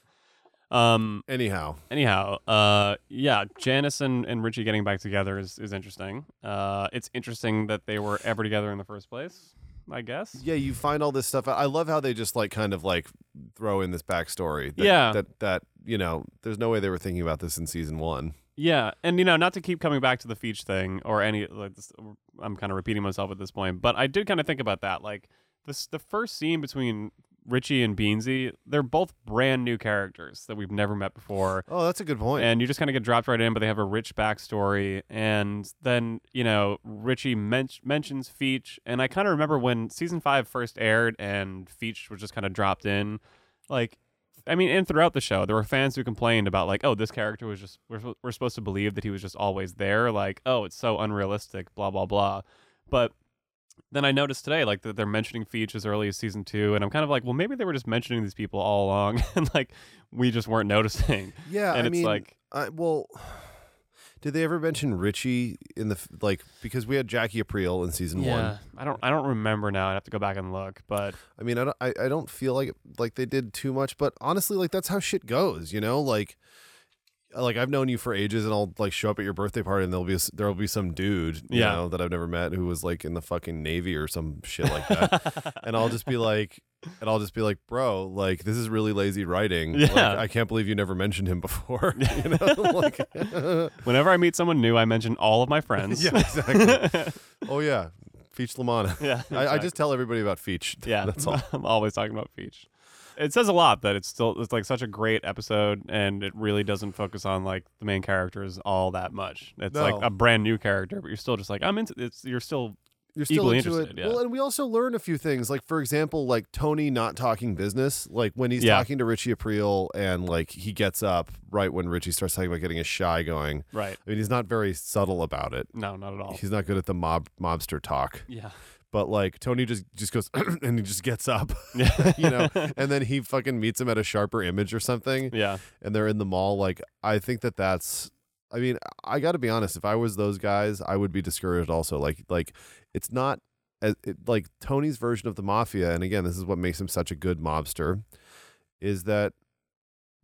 Um, Anyhow, anyhow, uh, yeah, Janice and, and Richie getting back together is, is interesting. Uh, it's interesting that they were ever together in the first place, I guess. yeah, you find all this stuff. out. I love how they just like kind of like throw in this backstory. That, Yeah. That that you know, there's no way they were thinking about this in season one. Yeah, and you know, not to keep coming back to the Feach thing or any like this, I'm kind of repeating myself at this point, but I did kind of think about that. Like this, the first scene between Richie and Beansy, they're both brand new characters that we've never met before, Oh, that's a good point. and you just kind of get dropped right in. But they have a rich backstory, and then you know, Richie men- mentions Feach, and I kind of remember when season five first aired, and Feach was just kind of dropped in, like I mean, and throughout the show, there were fans who complained about like, oh, this character was just we're, suppo- we're supposed to believe that he was just always there, like, oh, it's so unrealistic, blah blah blah. But then I noticed today, like, that they're mentioning Feach as early as season two, and I'm kind of like, well, maybe they were just mentioning these people all along, and like, we just weren't noticing. yeah, and I it's mean, like, I, well, did they ever mention Richie in the f- like because we had Jackie Aprile in season one. yeah, I don't, I don't remember now. I'd have to go back and look, but I mean, I don't, I, I don't feel like like they did too much, but honestly, like that's how shit goes, you know. Like, uh, like I've known you for ages, and I'll like show up at your birthday party, and there'll be there will be some dude, you Yeah. know, that I've never met who was like in the fucking navy or some shit like that, and I'll just be like, and I'll just be like, bro, like this is really lazy writing. Like, Yeah. I can't believe you never mentioned him before. you know, like, whenever I meet someone new, I mention all of my friends. yeah, exactly. oh yeah, Feach Lamana. yeah. I, I exactly. just tell everybody about Feach. Yeah, that's all. I'm always talking about Peach. It says a lot that it's still it's like such a great episode, and it really doesn't focus on like the main characters all that much. It's like No. a brand new character, but you're still just like I'm into it's. You're still you're still equally into interested, it. yeah. Well, and we also learn a few things. Like for example, like Tony not talking business. Like when he's Yeah. talking to Richie Aprile, and like he gets up right when Richie starts talking about getting a shy going. right. I mean, he's not very subtle about it. No, not at all. He's not good at the mob mobster talk. yeah, But like Tony just just goes and he just gets up, yeah, you know. and then he fucking meets him at a sharper image or something, yeah, and they're in the mall. Like I think that that's. I mean, I got to be honest. If I was those guys, I would be discouraged. Also, like, like it's not as it, like Tony's version of the mafia. And again, this is what makes him such a good mobster, is that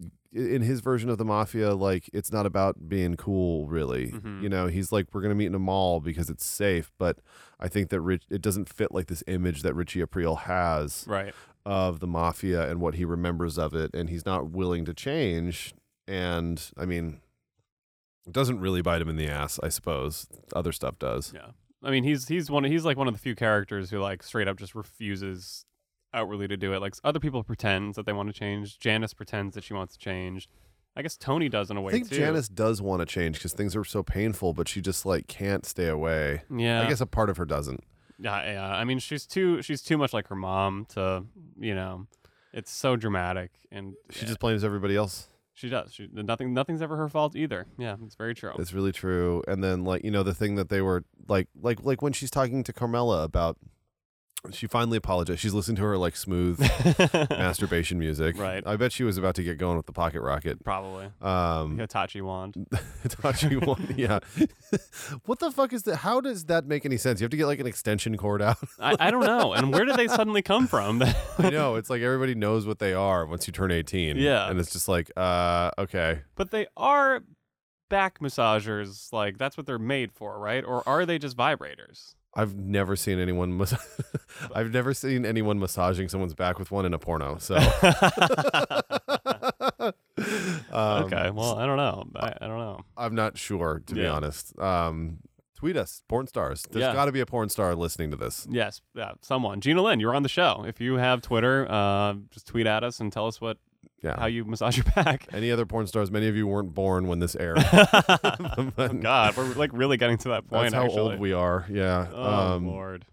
i- in his version of the mafia, like it's not about being cool, really. Mhm. You know, he's like, we're gonna meet in a mall because it's safe. But I think that Rich, it doesn't fit like this image that Richie Aprile has right. of the mafia and what he remembers of it, and he's not willing to change. And I mean, it doesn't really bite him in the ass, I suppose. Other stuff does. Yeah, I mean he's he's one he's like one of the few characters who like straight up just refuses outwardly to do it. Like other people pretend that they want to change. Janice pretends that she wants to change. I guess Tony does in a way I think too. Janice does want to change because things are so painful, but she just like can't stay away. Yeah, I guess a part of her doesn't. Yeah, yeah. I mean, she's too she's too much like her mom to you know. It's so dramatic, and She just blames everybody else. she does. She nothing nothing's ever her fault either. Yeah, it's very true. It's really true. And then like you know the thing that they were like like like when she's talking to Carmela about. She finally apologized. She's listened to her like smooth masturbation music. Right. I bet she was about to get going with the pocket rocket. Probably Um, Hitachi wand. Hitachi one, yeah. what the fuck is that? How does that make any sense? You have to get like an extension cord out. I, I don't know. And where did they suddenly come from? I know it's like everybody knows what they are once you turn eighteen. Yeah. and it's just like, uh, okay. but they are back massagers. Like that's what they're made for, right? Or are they just vibrators? I've never seen anyone. Mas- I've never seen anyone massaging someone's back with one in a porno. So. Um, okay. Well, I don't know. I, I don't know. I'm not sure to be Yeah. honest. Um, tweet us, porn stars. There's Yeah. got to be a porn star listening to this. Yes, yeah, someone. Gina Lynn, you're on the show. If you have Twitter, uh, just tweet at us and tell us what Yeah. how you massage your back. Any other porn stars? Many of you weren't born when this aired. oh, But- God, we're like really getting to that point. That's how actually. old we are. Yeah. Oh um, Lord.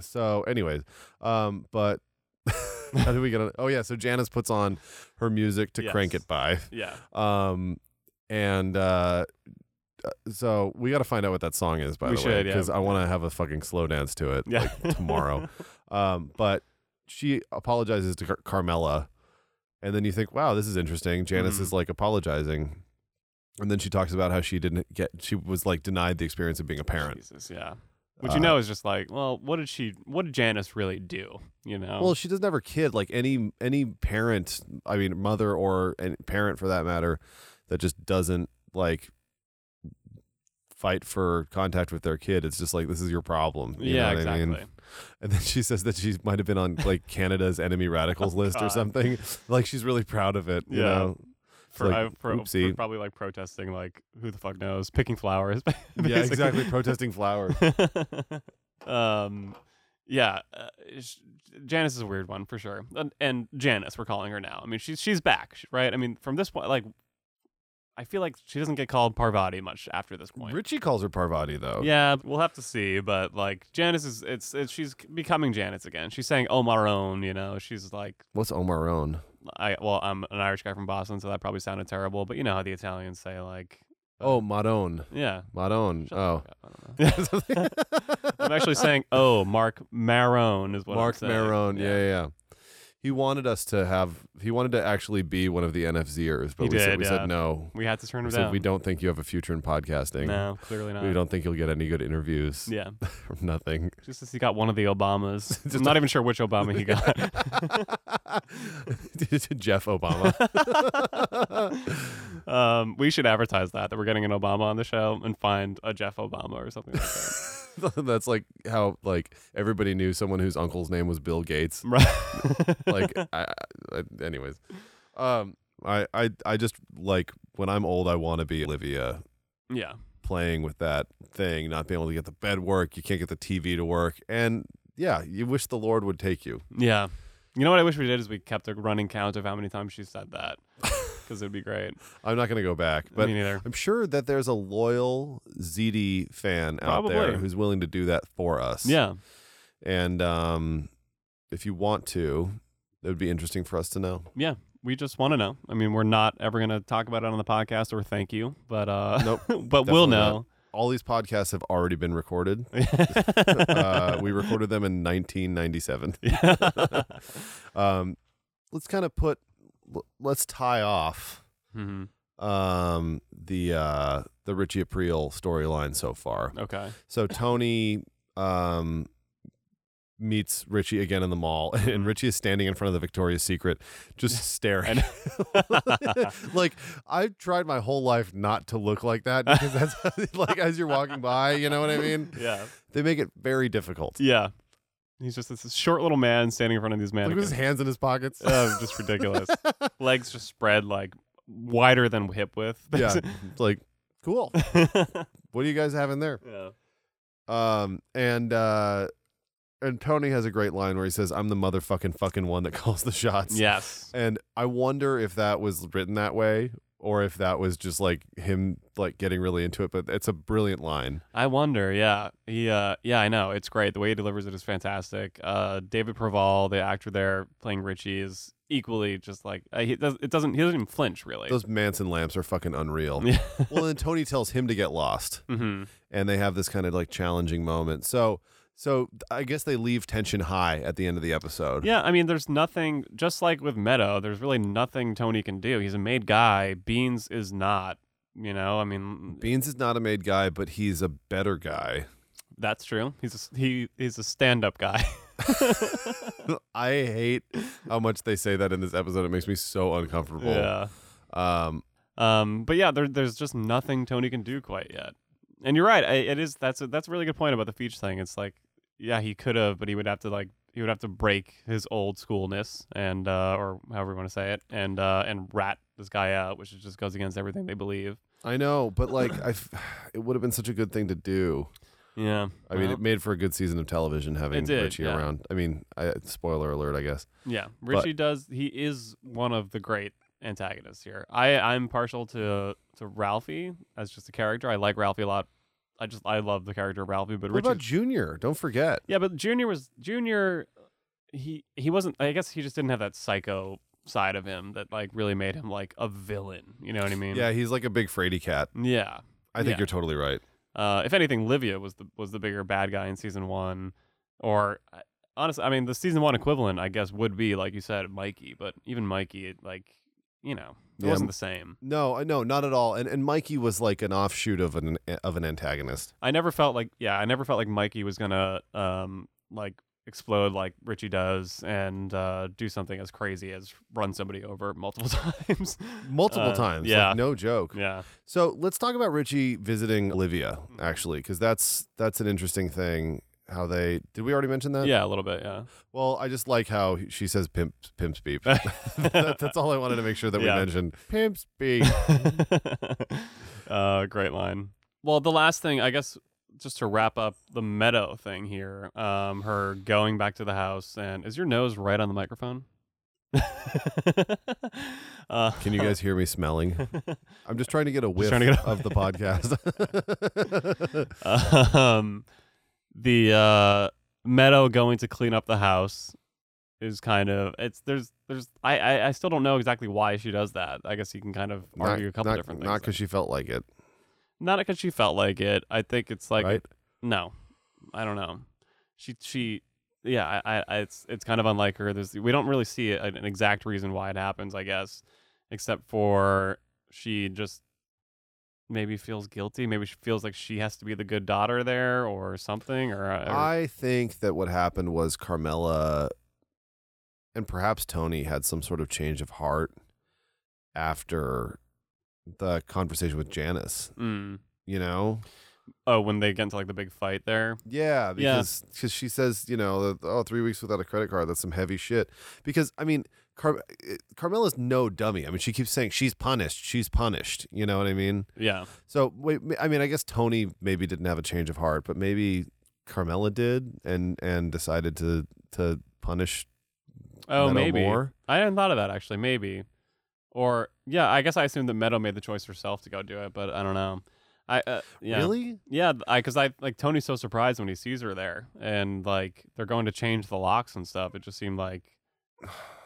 so, anyways, um, but how do we get on? Oh, yeah. So Janice puts on her music to crank Yes. it by. Yeah. Um, and uh, so we got to find out what that song is, by We the way, should, yeah. because I want to have a fucking slow dance to it Yeah. like, tomorrow. um, but she apologizes to Car- Carmela, and then you think, wow, this is interesting. Janice Mhm. is like apologizing. And then she talks about how she didn't get, she was like denied the experience of being a parent. Jesus. Yeah. Which Uh, you know is just like, well, what did she? What did Janice really do? You know. Well, she doesn't have her kid. Like any any parent, I mean, mother or any parent for that matter, that just doesn't like fight for contact with their kid. It's just like this is your problem. You yeah, know what exactly. I mean? And then she says that she might have been on like Canada's enemy radicals list or Oh, God. something. Like she's really proud of it. You Yeah. know? It's For, like, I- for, for oopsie. probably like protesting, like who the fuck knows, picking flowers. yeah, basically. exactly. Protesting flowers. um, yeah, uh, sh- Janice is a weird one for sure, and, and Janice, we're calling her now. I mean, she's she's back, sh- right? I mean, from this point, like, I feel like she doesn't get called Parvati much after this point. Richie calls her Parvati though. Yeah, we'll have to see, but like Janice is it's, it's she's becoming Janice again. She's saying "Oh my own," you know. She's like, What's Omar own? I well, I'm an Irish guy from Boston, so that probably sounded terrible, but you know how the Italians say like, Oh, Madone. yeah. Madone. Uh, shut the Oh. fuck up, I don't know. I'm actually saying, oh, Mark Marone is what I'm Mark saying. Marone. Yeah. yeah, yeah. He wanted us to have. He wanted to actually be one of the NFZers, but He we, said, did, we yeah. said no. We had to turn We him said down. we don't think you have a future in podcasting. No, clearly not. We don't think you'll get any good interviews Yeah, from nothing. just as he got one of the Obamas. Just I'm not even sure which Obama he got. Jeff Obama. um, we should advertise that that we're getting an Obama on the show and find a Jeff Obama or something like that. That's like how like everybody knew someone whose uncle's name was Bill Gates. right. like I, I, anyways um I, I i just like when i'm old i want to be olivia yeah. playing with that thing not being able to get the bed work you can't get the tv to work and yeah you wish the lord would take you Yeah. You know what I wish we did is we kept a running count of how many times she said that. Because it would be great. i'm not going to go back but Me neither. i'm sure that there's a loyal zd fan Probably. out there who's willing to do that for us Yeah. and um if you want to it would be interesting for us to know Yeah. We just want to know. I mean, we're not ever going to talk about it on the podcast or thank you, but uh, Nope, but we'll definitely know. all these podcasts have already been recorded uh, we recorded them in 1997 um, let's kind of put l- let's tie off Mhm. um, the uh, the Richie April storyline so far. Okay. So Tony um, meets Richie again in the mall, and Richie is standing in front of the Victoria's Secret, just staring. like I've tried my whole life not to look like that because that's like as you're walking by, you know what I mean? Yeah. They make it very difficult. Yeah. He's just this short little man standing in front of these Look at his mannequins. hands in his pockets. Uh, just ridiculous. Legs just spread like wider than hip width. yeah, it's like cool. What do you guys have in there? yeah. Um, and uh, and Tony has a great line where he says, "I'm the motherfucking fucking one that calls the shots." Yes. And I wonder if that was written that way or if that was just like him like getting really into it. But it's a brilliant line. I wonder, yeah. He uh yeah, I know. It's great. The way he delivers it is fantastic. Uh David Proval, the actor there playing Richie is equally just like uh, he does it doesn't he doesn't even flinch really. Those Manson lamps are fucking unreal. Yeah. well, then Tony tells him to get lost, Mhm. and they have this kind of like challenging moment. So. So I guess they leave tension high at the end of the episode. Yeah, I mean, there's nothing, just like with Meadow, there's really nothing Tony can do. He's a made guy. Beans is not, you know, I mean, Beans is not a made guy, but he's a better guy. that's true. He's a, s- he, he's a stand up guy. I hate how much they say that in this episode. It makes me so uncomfortable. yeah. Um, Um, but yeah, there, there's just nothing Tony can do quite yet. And you're right. I, it is, that's a, that's a really good point about the Feach thing. It's like, yeah, he could have, but he would have to, like, he would have to break his old schoolness and, uh, or however you want to say it, and, uh, and rat this guy out, which just goes against everything they believe. I know, but like, I, f- it would have been such a good thing to do. Yeah. I mean, Well. it made for a good season of television having Uh-huh. It did, Richie yeah. around. I mean, I, spoiler alert, I guess. Yeah, Richie does. He is one of the great antagonists here. I I'm partial to to Ralphie as just a character. I like Ralphie a lot. I just I love the character of Ralphie, but What Richie. about Junior? Don't forget. yeah, but Junior was Junior. He he wasn't. I guess he just didn't have that psycho side of him that like really made him like a villain. You know what I mean? Yeah, he's like a big fraidy cat. Yeah. I think Yeah. you're totally right. Uh, if anything, Livia was the was the bigger bad guy in season one, or uh, I- honestly, I mean the season one equivalent, I guess, would be like you said, Mikey. But even Mikey, it, like you know, it Yeah. wasn't the same. No, I no, not at all. And and Mikey was like an offshoot of an of an antagonist. I never felt like yeah, I never felt like Mikey was gonna um like explode like Richie does and uh, do something as crazy as run somebody over multiple times. Multiple Uh, times. like, yeah. no joke. yeah. So let's talk about Richie visiting Olivia, Mm-hmm. actually, because that's that's an interesting thing. How they did we already mention that? Yeah, a little bit, yeah. Well, I just like how he- she says pimp pimps beep. that, that's all I wanted to make sure that Yeah. we mentioned. Pimps beep. uh, great line. Well, the last thing, I guess, just to wrap up the Meadow thing here, um, her going back to the house, and is your nose right on the microphone? uh, Can you guys hear me smelling? I'm just trying to get a whiff trying to get a- of the podcast. um, the uh, Meadow going to clean up the house is kind of it's there's there's I, I I still don't know exactly why she does that. I guess you can kind of argue a couple not, different Not things. because she felt like it, Not because she felt like it. I think it's like right? No, I don't know. She she yeah. I, I- I it's it's kind of unlike her. There's we don't really see a- an exact reason why it happens. I guess except for she just maybe feels guilty. Maybe she feels like she has to be the good daughter there or something. Or, uh, or I think that what happened was Carmela and perhaps Tony had some sort of change of heart after the conversation with Janice, Mm. you know? oh when they get into like the big fight there. Yeah, Yeah. because cause she says, you know, that, oh, three weeks without a credit card, that's some heavy shit. Because, I mean, Car- it- Carmela's no dummy. I mean, she keeps saying she's punished, she's punished. You know what I mean? Yeah, So, wait, I mean, I guess Tony maybe didn't have a change of heart, but maybe Carmela did and and decided to to punish Oh, Meadow maybe. more? I hadn't thought of that actually. Maybe, or yeah. I guess I assumed that Meadow made the choice herself to go do it, but I don't know. I uh, yeah. Really? Yeah, th- I because I like Tony's so surprised when he sees her there, and like they're going to change the locks and stuff. It just seemed like,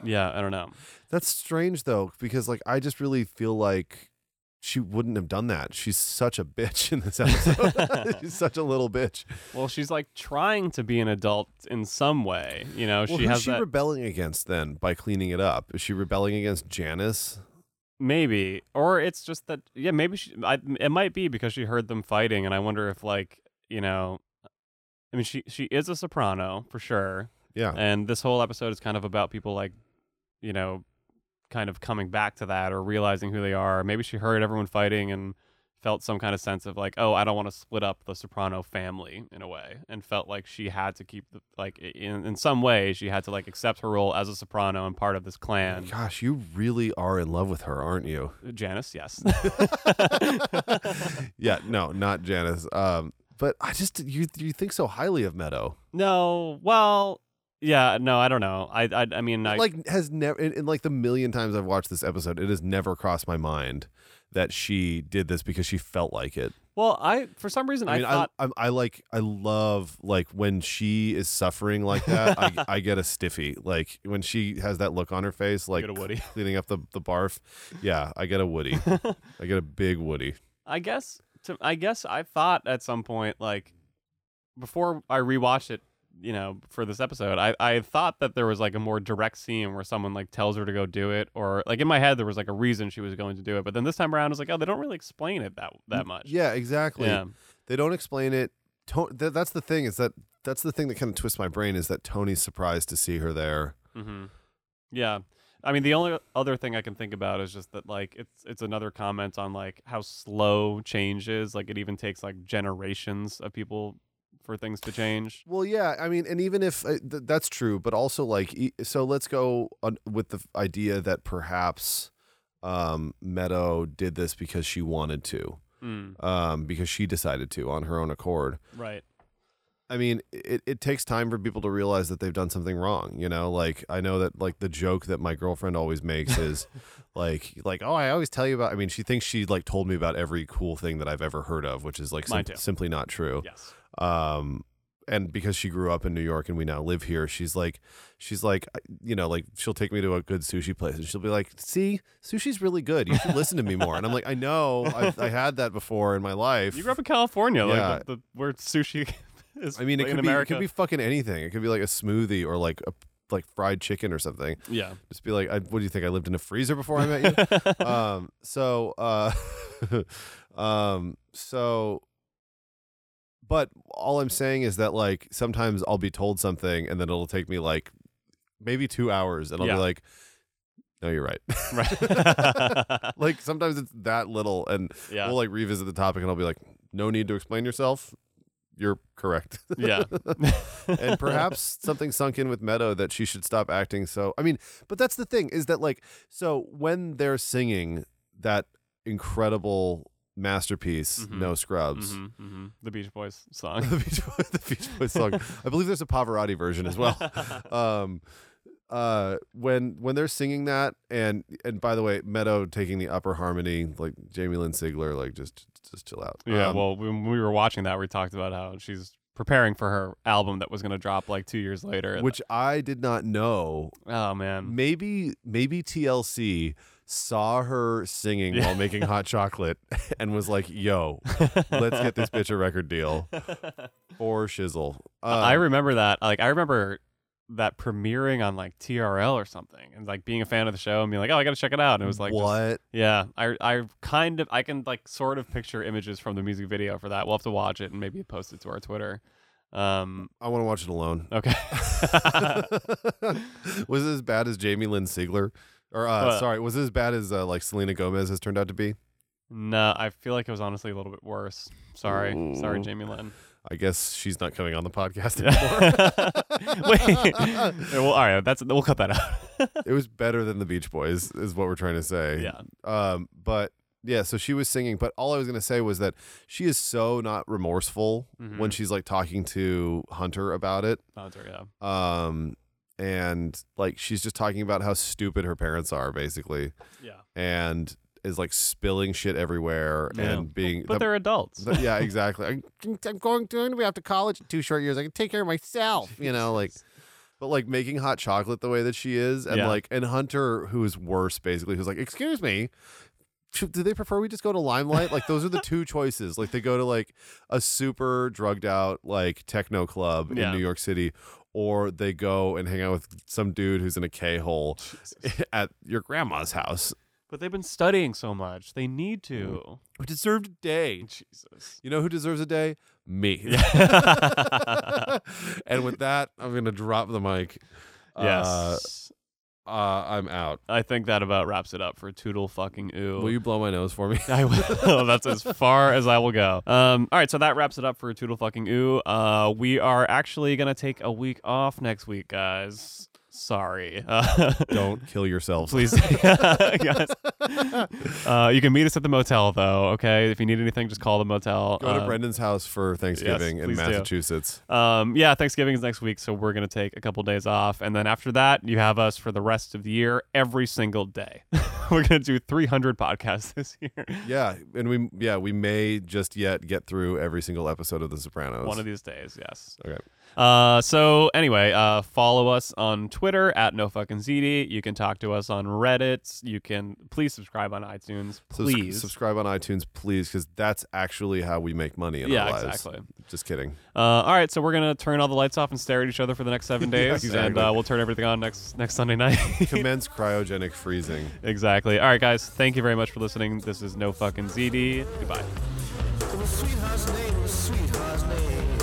yeah, I don't know. That's strange though, because like I just really feel like she wouldn't have done that. She's such a bitch in this episode. She's such a little bitch. Well, she's like trying to be an adult in some way, you know. well, Oh, she who's has she that rebelling against then by cleaning it up? Is she rebelling against Janice? maybe, or it's just that yeah, maybe she. I, it might be because she heard them fighting, and I wonder if like you know, I mean, she she is a soprano for sure, Yeah. and this whole episode is kind of about people like you know kind of coming back to that or realizing who they are maybe she heard everyone fighting and felt some kind of sense of like oh i don't want to split up the soprano family in a way and felt like she had to keep the like i- in, in some way she had to like accept her role as a soprano and part of this clan Uh, Gosh, you really are in love with her, aren't you? janice yes yeah, no, not Janice. Um, but I just you you think so highly of Meadow. no well yeah no i don't know i i, I mean I, like has never in, in like the million times I've watched this episode, it has never crossed my mind that she did this because she felt like it. well i for some reason i, I mean, I, thought I'm- I, like I love like when she is suffering like that, I, I get a stiffy. Like when she has that look on her face, like get a Woody. cleaning up the the barf. Yeah, I get a Woody. I get a big Woody. I guess to, I guess I thought at some point like before I rewatched it, you know, for this episode, I I thought that there was like a more direct scene where someone like tells her to go do it or like in my head there was like a reason she was going to do it, but then this time around I was like, "Oh, they don't really explain it that that much." Yeah, exactly. Yeah. They don't explain it. To- th- that's the thing is that that's the thing that kind of twists my brain is that Tony's surprised to see her there. Mm-hmm. Yeah. I mean, the only other thing I can think about is just that, like, it's it's another comment on like how slow change is. Like, it even takes like generations of people for things to change. Well, yeah, I mean, and even if uh, th- that's true, but also like, e- so let's go on with the f- idea that perhaps um, Meadow did this because she wanted to, Mm, um, because she decided to on her own accord. right. I mean, it, it takes time for people to realize that they've done something wrong. You know, like I know that like the joke that my girlfriend always makes is like like oh I always tell you about. I mean, she thinks she like told me about every cool thing that I've ever heard of, which is like Mine sim- too. simply not true. Yes. Um, and because she grew up in New York and we now live here, she's like she's like I- you know like she'll take me to a good sushi place and she'll be like, see sushi's really good. You should listen to me more. And I'm like, I know I've, I had that before in my life. You grew up in California, Yeah. like the, the, where sushi is. I mean, it like, could in be America. it could be fucking anything. It could be like a smoothie or like a like fried chicken or something. Yeah. Just be like, I, what do you think? I lived in a freezer before I met you. um, so, uh, um, so, but all I'm saying is that like sometimes I'll be told something and then it'll take me like maybe two hours and I'll Yeah. be like, no, you're right. Right. like sometimes it's that little and yeah. we'll like revisit the topic and I'll be like, no need to explain yourself. You're correct. yeah. and perhaps something sunk in with Meadow that she should stop acting so. I mean, but that's the thing is that like so when they're singing that incredible masterpiece, Mhm. No Scrubs, hmm hmm The Beach Boys song. the, Beach Boys, the Beach Boys song. I believe there's a Pavarotti version as well. Um, uh, when when they're singing that, and and by the way, Meadow taking the upper harmony, like Jamie Lynn Sigler, like just just chill out. Yeah, Um, well, when we were watching that, we talked about how she's preparing for her album that was going to drop like two years later. which I did not know oh man, maybe maybe TLC saw her singing while making hot chocolate and was like, "Yo, let's get this Uh, bitch a record deal for shizzle." Uh, I remember that. Like, I remember that premiering on like TRL or something, and like being a fan of the show and being like, "Oh, I got to check it out." And it was like, just- Um, what? yeah, I I kind of I can like sort of picture images from the music video for that. We'll have to watch it and maybe post it to our Twitter. Um, I want to watch it alone. okay. was it as bad as Jamie Lynn Siegler? Or uh, What? sorry, was it as bad as uh, like Selena Gomez has turned out to be? no, I feel like it was honestly a little bit worse. Sorry, sorry, Ooh. Jamie Lynn. I guess she's not coming on the podcast anymore. Wait. well, all right. That's we'll cut that out. it was better than the Beach Boys, is what we're trying to say. yeah. Um, but yeah, so she was singing. But all I was gonna say was that she is so not remorseful when Mhm. she's like talking to Hunter about it. Oh, sorry, yeah. Um, and like she's just talking about how stupid her parents are, basically, Yeah. and is like spilling shit everywhere Yeah. and being. But the- they're adults. the- yeah, exactly. I'm, I'm going to I'm gonna be after college in two short years. I can take care of myself, you know, like. But like making hot chocolate the way that she is, and Yeah. like and Hunter, who is worse, basically, who's like, "Excuse me, should- do they prefer we just go to Limelight? Like those are the two choices. Like they go to like a super drugged out like techno club Yeah. in New York City, or they go and hang out with some dude who's in a K hole at your grandma's house, but they've been studying so much. They need to. which deserved a day. Jesus. You know who deserves a day? Me. and with that, I'm going to drop the mic. Uh, yes. uh, I'm out. I think that about wraps it up for Toodle fucking ooh. Will you blow my nose for me? I will. That's as far as I will go. Um, all right, so that wraps it up for Toodle fucking ooh. Uh, we are actually gonna take a week off next week, guys. Sorry. Uh, Don't kill yourselves. please. Yes. Uh, you can meet us at the motel, though. Okay, if you need anything, just call the motel. Go to Uh, Brendan's house for Thanksgiving in please do. Massachusetts. Um, yeah, Thanksgiving is next week, so we're gonna take a couple days off, and then after that, you have us for the rest of the year, every single day. we're gonna do 300 podcasts this year, Yeah, and we yeah we may just yet get through every single episode of The Sopranos. one of these days. Yes. okay. Uh, so anyway, uh, follow us on Twitter at no fucking ZD. You can talk to us on Reddit. You can please subscribe on iTunes. Subs- Please. subscribe on iTunes, please, because that's actually how we make money in yeah, our lives. exactly. Just kidding. Uh, all right, so we're gonna turn all the lights off and stare at each other for the next seven days, and exactly. uh, we'll turn everything on next next Sunday night. Commence cryogenic freezing. Exactly. All right, guys. Thank you very much for listening. This is No Fucking ZD. Goodbye. It was sweetheart's name, it was sweetheart's name.